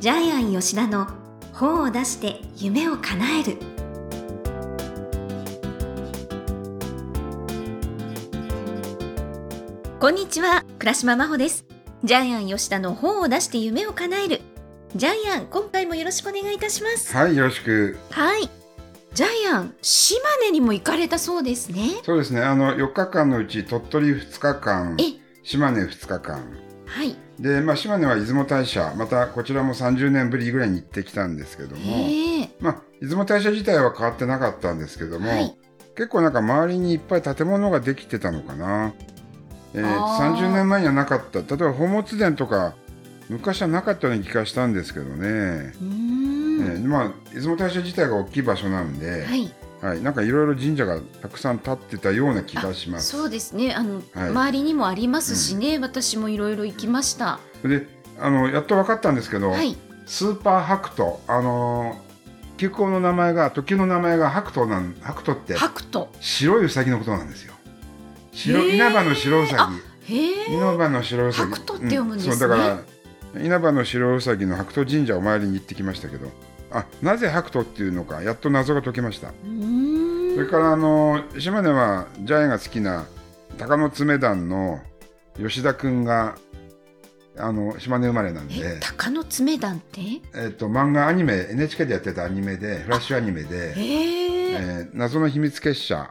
ジャイアン吉田の本を出して夢を叶えるこんにちは倉島真帆ですジャイアン吉田の本を出して夢を叶えるジャイアン今回もよろしくお願いいたしますはい、よろしく。はいジャイアン島根にも行かれたそうですねそうですね、あの、4日間のうち、鳥取2日間え、島根2日間。はいで、まあ、島根は出雲大社、またこちらも30年ぶりぐらいに行ってきたんですけども、へえまあ、出雲大社自体は変わってなかったんですけども、はい結構なんか周りにいっぱい建物ができてたのかな。えーあー30年前にはなかった。例えば、宝物殿とか、昔はなかったような気がしたんですけどうね。ーん、えーまあ、出雲大社自体が大きい場所なんで、はいはい、なんかいろいろ神社がたくさん建ってたような気がします。そうですねあの、はい周りにもありますしね、私もいろいろ行きましたで、あのやっと分かったんですけど、はいスーパーハクト、あのー、急行の名前が時の名前がハクトなん、ハクトって白と白いウサギのことなんですよ。白へー稲葉の白ウサへギ、え稲葉の白ウサギ。白兎って読むんですねそうだから稲葉の白ウサギの白兎神社お参りに行ってきましたけど、あ、なぜハクトっていうのかやっと謎が解けました。うーんそれからあの島根はジャイアンが好きな鷹の爪団の吉田くんがあの島根生まれなんえで、鷹の爪団ってえっと漫画アニメ NHK でやってたアニメでフラッシュアニメで、へええー謎の秘密結社、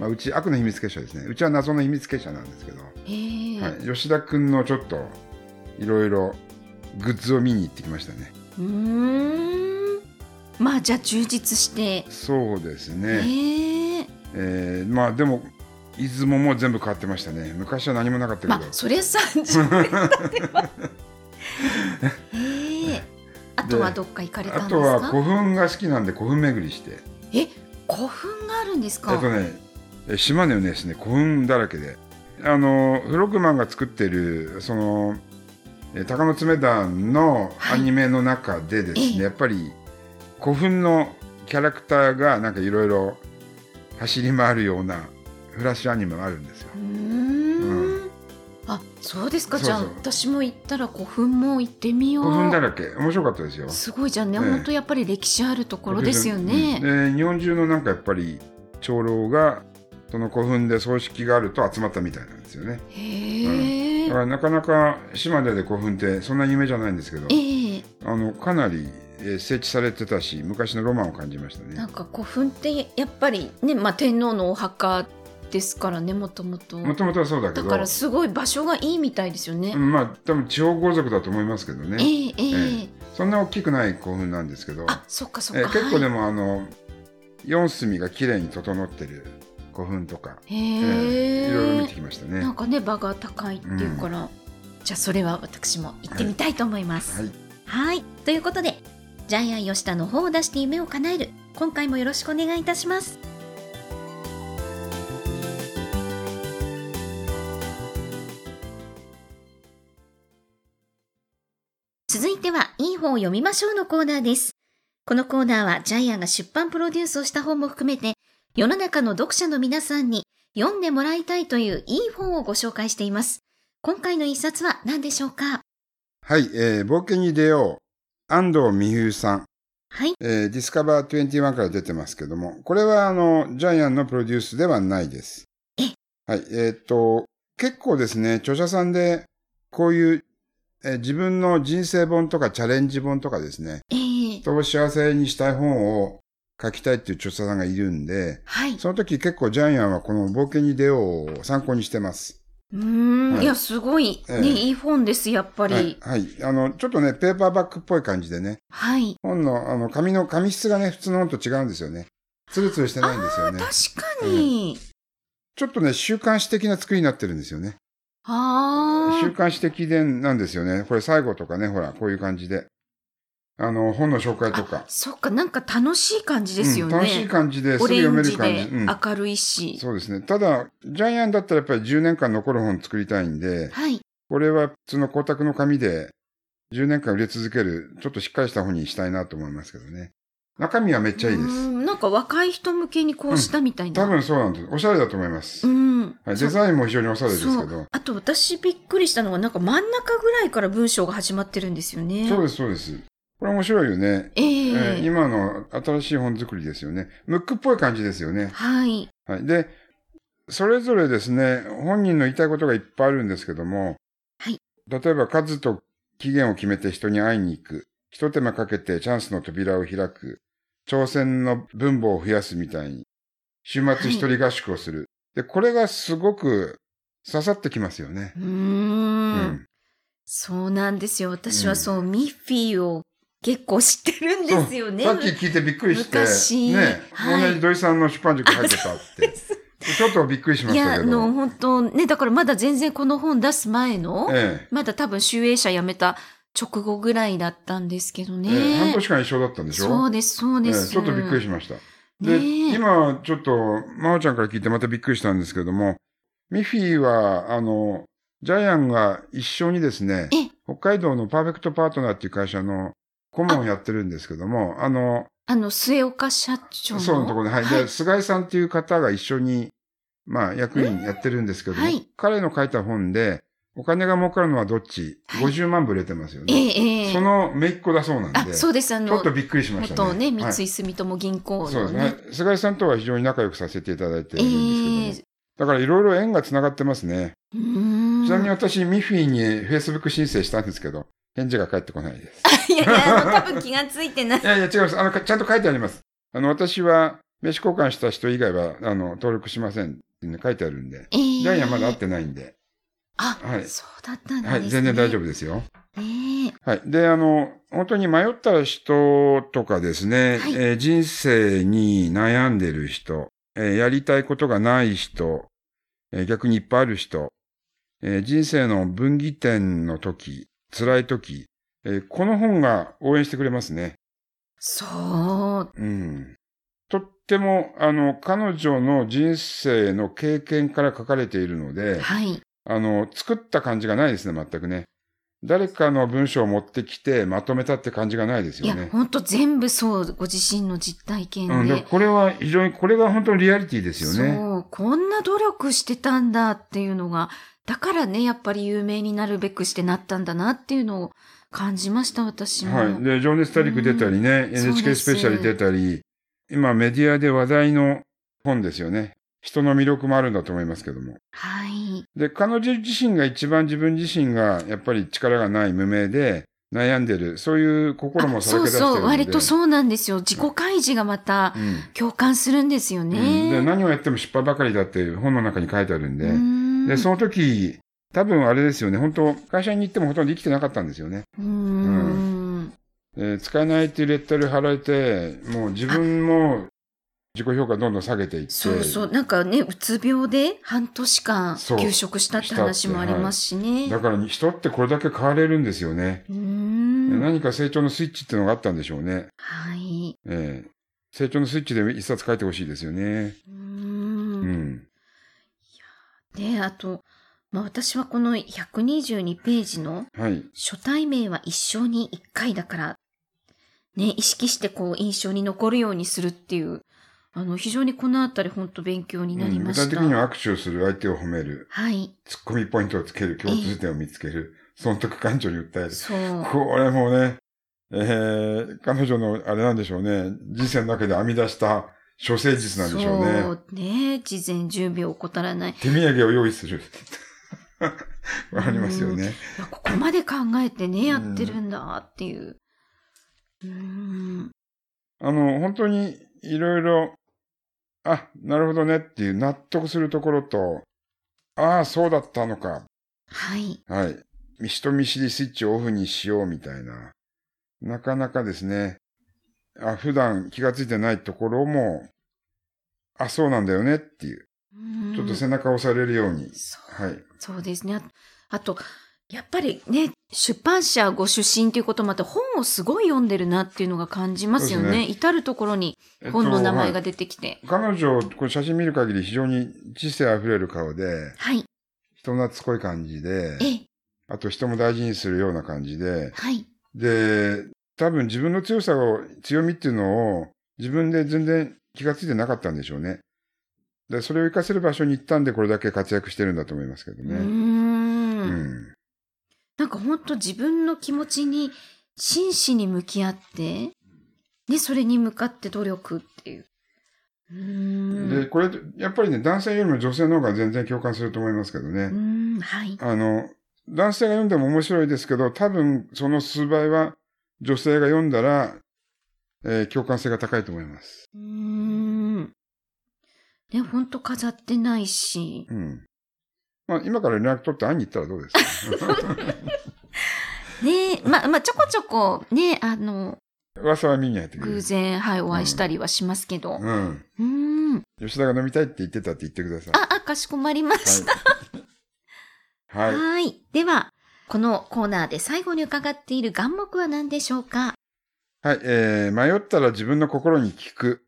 まあ、うち悪の秘密結社ですねうちは謎の秘密結社なんですけど、へえ、はい、吉田くんのちょっといろいろグッズを見に行ってきましたねうーんまあじゃあ充実してそうですね、へええーまあでも出雲も全部変わってましたね昔は何もなかったけまど、あそれさ十年経てば へえあとはどっか行かれたあんでとすはか古墳が好きなんで古墳巡りしてえ古墳があるんですえか、っとねえ島根はねですね古墳だらけであのフロッグマンが作ってるそのえ鷹の爪団のアニメの中でですね、ええやっぱり古墳のキャラクターがなんかいろいろ走り回るようなフラッシュアニメがあるんですようーんうあそうですかそうじゃあそう私も行ったら古墳も行ってみよう古墳だらけ面白かったですよすごいじゃんね、ええ本当やっぱり歴史あるところですようね、んで日本中のなんかやっぱり長老がその古墳で葬式があると集まったみたいなんですよねへえ、だからなかなか島根で古墳ってそんな有名じゃないんですけどええあのかなりえー整地されてたし昔のロマンを感じましたなねんか古墳ってやっぱりね、まあ、天皇のお墓ですからねもともともともとはそうだけだどからすごい場所がいいみたいですよね、うんまあ多分地方豪族だと思いますけどえねええええそんな大きくない古墳なんですけど、あそっかそっえか、ー結構でももあの四隅が綺麗に整ってる古墳とか、へええーいろいろ見てきましたねなんかね場が高いっていうから、じゃあそれは私も行ってみたいと思います、はいはい。ということで、ジャイアン吉田の本を出して夢を叶える。今回もよろしくお願いいたします。続いては、いい本を読みましょうのコーナーです。このコーナーは、ジャイアンが出版プロデュースをした本も含めて、世の中の読者の皆さんに読んでもらいたいといういい本をご紹介しています。今回の一冊は何でしょうかはい、えー冒険に出よう安藤美優さんはい。えー、ディスカバー21から出てますけども、これはあの、ジャイアンのプロデュースではないです。えはい、えーっと、結構ですね、著者さんで、こういう、えー自分の人生本とかチャレンジ本とかですね、えー、人を幸せにしたい本を書きたいっていう著者さんがいるんで、はい。その時結構ジャイアンはこの冒険に出ようを参考にしてます。うーん、はいい、や、すごい、ね、ええいい本です、やっぱはいり。、はい。あの、ちょっとね、ペーパーバッグっぽい感じでね、はい。本の、あの、紙の、紙質がね、普通の本と違うんですよね。ツルツルしてないんですよね。確かに。ちょっとね、週刊誌的な作りになってるんですよね。あ週あ。刊誌的でなんですよね。これ最後とかね、ほら、こういう感じで。あの、本の紹介とか。そっか、なんか楽しい感じですようんね。楽しい感じですオぐレ読めンるジ感でじ。うん明るいし。そうですね。ただ、ジャイアンだったらやっぱり10年間残る本作りたいんで、はい。これは普通の光沢の紙で10年間売れ続ける、ちょっとしっかりした本にしたいなと思いますけどね。中身はめっちゃいいうでーす。んなんか若い人向けにこうしたみたいな。多分そうなんです。おしゃれだと思います。うん。はそい、デうザインも非常におしゃれですけそどう。あと私びっくりしたのがなんか真ん中ぐらいから文章が始まってるんですよね。そうです、そうです。これ面白いよね。えええー今の新しい本作りですよね。ムックっぽい感じですよね。はい。はい。で、それぞれですね、本人の言いたいことがいっぱいあるんですけども、はい。例えば、数と期限を決めて人に会いに行く。一手間かけてチャンスの扉を開く。挑戦の分母を増やすみたいに。週末一人合宿をする。で、これがすごく刺さってきますよねう。ー。。うんそうなんですよ。私はそう、ミッフィーを結構知ってるんですよね。さっき聞いてびっくりして、昔ね、はい同じ土井さんの出版塾入ってたって。ちょっとびっくりしまいしや、たあけど。の、本当ね、だからまだ全然この本出す前の、ええまだ多分、集英社辞めた直後ぐらいだったんですけどね。ええ半年間一緒だったんでしょそうです、そうです、ええちょっとびっくりしました。で、ねえ今、ちょっと、まおちゃんから聞いてまたびっくりしたんですけども、ミッフィーは、あの、ジャイアンが一緒にですねええ、北海道のパーフェクトパートナーっていう会社の顧問をやってるんですけども、あの、あの、末岡社長の。そうのところで、はい。はいで、菅井さんっていう方が一緒に、まあ、役員やってるんですけども、うんはい彼の書いた本で、お金が儲かるのはどっち、はい ?50 万部売れてますよえね。えええそのめいっ子だそうなんあ、で、ちそょうです、あっのと、びっくりしました元ね。ね、三はい井住友銀行そうのですね。ね。菅井さんとは非常に仲良くさせていただいてえいるんえですけども。だからいろいろ縁がつながってますね。うーん。ちなみに私、ミッフィーに Facebook 申請したんですけど、返事が返ってこないです。いやいや、あの、多分気がついてないい。やいや、違います。あの、かちゃんと書いてあります。あの、私は、名刺交換した人以外は、あの、登録しませんってね書いてあるんで。ええ ジャイアンまだ会ってないんで。あ、はいそうだったんですね。はい、全然大丈夫ですよ。ええはい。で、あの、本当に迷った人とかですね、はいえー人生に悩んでる人、えーやりたいことがない人、えー逆にいっぱいある人、えー人生の分岐点の時、辛い時、えーこの本が応援してくれますね。そう。うん。とっても、あの、彼女の人生の経験から書かれているので、はい。あの、作った感じがないですね、全くね。誰かの文章を持ってきてまとめたって感じがないですいよや、ね。ほんと全部そう、ご自身の実体験うん、だからで。これは非常に、これが本当にリアリティですよね。そう、こんな努力してたんだっていうのが、だからね、やっぱり有名になるべくしてなったんだなっていうのを感じました、私も。はい。で、情熱大陸出たりね、んそう NHK でスすペシャル出たり、今メディアで話題の本ですよね。人の魅力もあるんだと思いますけども。はい。で、彼女自身が一番自分自身がやっぱり力がない無名で悩んでる、そういう心もあさらそけう出してるのそで。う、割とそうなんですよ。自己開示がまたうん。共感するんですようんでね。何をやっても失敗ばかりだって本の中に書いてあるんで、うんで、その時、多分あれですよね、本当会社に行ってもほとんど生きてなかったんですよね。うーん。えー使えないっていうレッテル貼られて、もう自分も自己評価どんどん下げていって、そうそう。なんかね、うつ病で半年間そう休職したって話もありますしね。だから人ってこれだけ変われるんですよね。うーん。何か成長のスイッチっていうのがあったんでしょうね。はい。ええ成長のスイッチで一冊書いてほしいですよね。うー。うんん。で、あと、まあ私はこの122ページのはい。初対面は一生に一回だから、ね、意識してこう印象に残るようにするっていう、あの、非常にこのあたり本当勉強になりうんま具した。体的には握手をする、相手を褒める、はい。ツッコミポイントをつける、共通点を見つける、損得感情に訴える。そう。これもね、えー彼女のあれなんでしょうね、人生の中で編み出した処世術なんでしょうね。そうね。事前準備を怠らない。手土産を用意す る。わかりますよね。いやここまで考えてね、やうんってるんだっていう。うーん。あの、本当にいろいろ、あ、なるほどねっていう納得するところと、ああ、そうだったのか。はい。はい。人見知りスイッチをオフにしようみたいな。なかなかですね。あ、普段気がついてないところも、あ、そうなんだよねっていう。うんちょっと背中を押されるように。そうはい。そうですね。ああと、やっぱりね、出版社ご出身ということもあって、本をすごい読んでるなっていうのが感じますよそうでね。す至るところにえっと本の名前がはい出てきて。彼女、これ写真見る限り非常に知性あふれる顔で、はい。人懐っこい感じで、え、あと人も大事にするような感じで、はい。で、多分自分の強さを、強みっていうのを自分で全然気がついてなかったんでしょうね。で、それを活かせる場所に行ったんでこれだけ活躍してるんだと思いますけどうー。ね。うんん。なんか本当自分の気持ちに真摯に向き合って、ね、それに向かって努力っていう。うーで、ん。これ、やっぱりね、男性よりも女性の方が全然共感すると思いますけどね。うーん、はい。あの、男性が読んでも面白いですけど、多分その数倍は女性が読んだら、えー共感性が高いと思います。うーん。ね、ほんと飾ってないし。うん。まあ、今から連絡取って会いに行ったらどうですか ね、まあ、まあ、ちょこちょこ、ね、あの、噂は見に入ってくる偶。然、はい、お会いしたりはしますけど。うん。うーん。吉田が飲みたいって言ってたって言ってください。あ、あ、かしこまりました。はい。はい。はい。では、このコーナーで最後に伺っている眼目は何でしょうかはい。えー、迷ったら自分の心に聞く。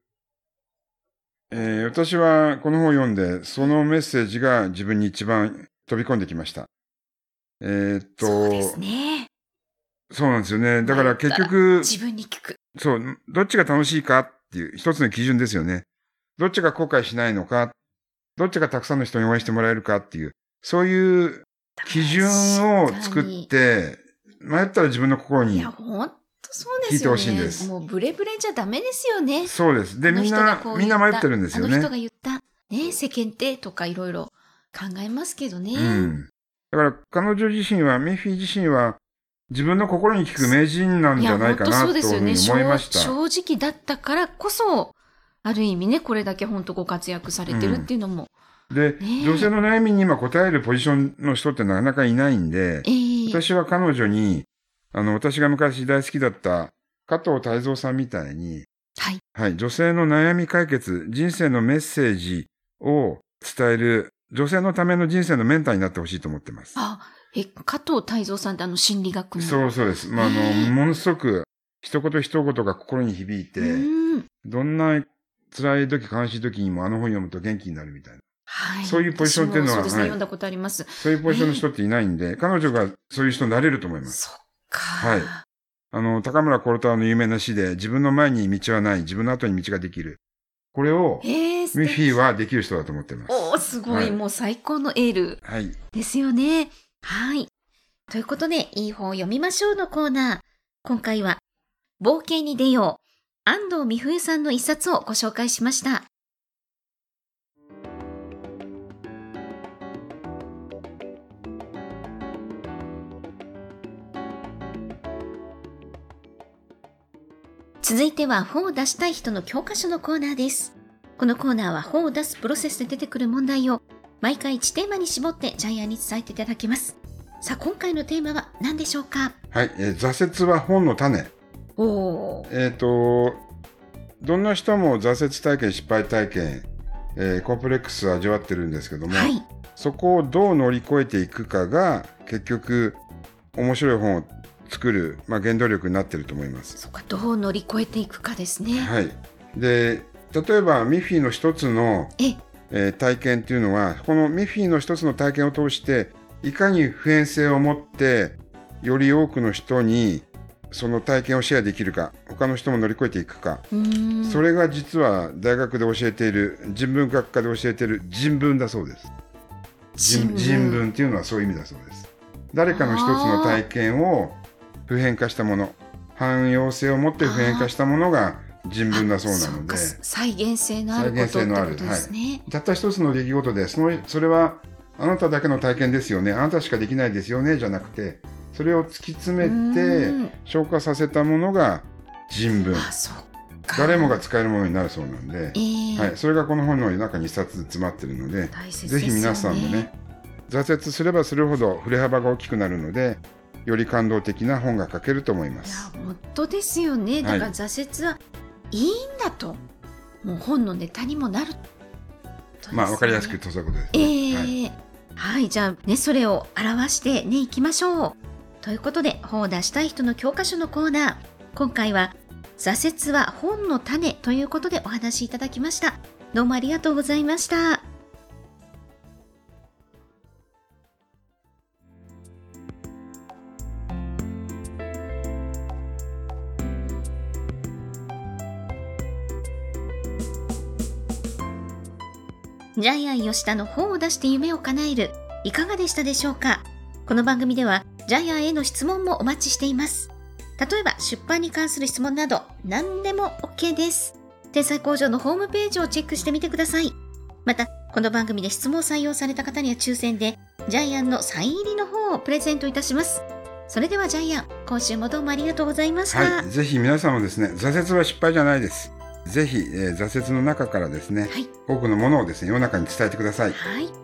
えー、私はこの本を読んで、そのメッセージが自分に一番飛び込んできました。えーっと、そうですね。そうなんですよね。だから結局、自分に聞く。そう、どっちが楽しいかっていう一つの基準ですよね。どっちが後悔しないのか、どっちがたくさんの人に応援してもらえるかっていう、そういう基準を作って、迷ったら自分の心いにや、。ほんとそうですよね。聞いてほしいんですもうブレブレじゃダメですよね。そうです。で、あのみん人がなこう、みん言なった迷ってるんですよあの人ね。が言った、ね、世間体とかいろいろ考えますけどね。うん。だから、彼女自身は、ミッフィー自身は、自分の心に聞く名人なんいじや、ゃな本いか当なそとういですうよふうにね。思いまし正た。正直だったからこそ、ある意味ね、これだけ本当ご活躍されてるっていうのも。で、ねえ女性の悩みに今答えるポジションの人ってなかなかいないんで、ええ私は彼女に、あの、私が昔大好きだった加藤泰造さんみたいに、はい。はい、女性の悩み解決、人生のメッセージを伝える、女性のための人生のメンターになってほしいと思ってます。あ、え、加藤泰造さんってあの心理学の。そうそうです。まあ、あの、ねえものすごく、一言一言が心に響いて、うん。どんな辛い時、悲しい時にもあの本読むと元気になるみたいな。はい。そういうポジションっていうのは私もそうですね、はい読んだことあります。そういうポジションの人っていないんで、彼女がそういう人になれると思います。そっか。はいあの、高村光太郎の有名な詩で、自分の前に道はない、自分の後に道ができる。これを、えー、素ミッ敵フィーはできる人だと思ってます。おー、すごい,、はいもう最高のエールはい。ですよね。はい。ということで、いい本を読みましょうのコーナー。今回は、冒険に出よう。安藤美冬さんの一冊をご紹介しました。続いては本を出したい人の教科書のコーナーです。このコーナーは本を出すプロセスで出てくる問題を毎回1テーマに絞ってジャイアンに伝えていただきます。さあ、今回のテーマは何でしょうかはい。えー挫折は本の種。おー。えっ、と、どんな人も挫折体験、失敗体験、えーコンプレックスを味わってるんですけども、はい。そこをどう乗り越えていくかが、結局、面白い本を作る、まあ、原動力になってると思います。そうか、どう乗り越えていくかですね。はい。で、例えば、ミッフィーの一つの、え、えー体験っていうのはこのミッフィーの一つの体験を通していかに普遍性を持ってより多くの人にその体験をシェアできるか他の人も乗り越えていくか、うーん。それが実は大学で教えている人文学科で教えている人文だそうです人人文っていうのはそういう意味だそうです誰かの一つの体験を普遍化したもの汎用性を持って普遍化したものが人文だそうなのであそうか再現性のあることっ再現て性のあこるとですね。たった一つの出来事でそのそれはあなただけの体験ですよねあなたしかできないですよねじゃなくてそれを突き詰めうてん消化させたものが人文あ、そうか。誰もが使えるものになるそうなんでえ、ーはい、それがこの本の中に一冊詰まってるので大切ですよぜね。ひ皆さんもね。挫折すればするほど振れ幅が大きくなるのでより感動的な本が書けると思いまいやす。本当ですよね。だはいから挫折はいいんだと、もう本のネタにもなる。まあわかりやすくく言うとそういうことですえね。えはいはい、じゃあねそれを表してねいきましょう。ということで本を出したい人の教科書のコーナー今回は「挫折は本の種」ということでお話しいただきました。どうもありがとうございました。ジャイアン吉田の本を出して夢を叶えるいかがでしたでしょうかこの番組ではジャイアンへの質問もお待ちしています例えば出版に関する質問など何でも OK です。天才工場のホームページをチェックしてみてください。また、この番組で質問を採用された方には抽選で、ジャイアンのサイン入りの方をプレゼントいたします。それではジャイアン、今週もどうもありがとうございました。はい、ぜひ皆さんもですね、挫折は失敗じゃないです。ぜひ、えー挫折の中からですね、はい多くのものをですね、世の中に伝えてください。はい。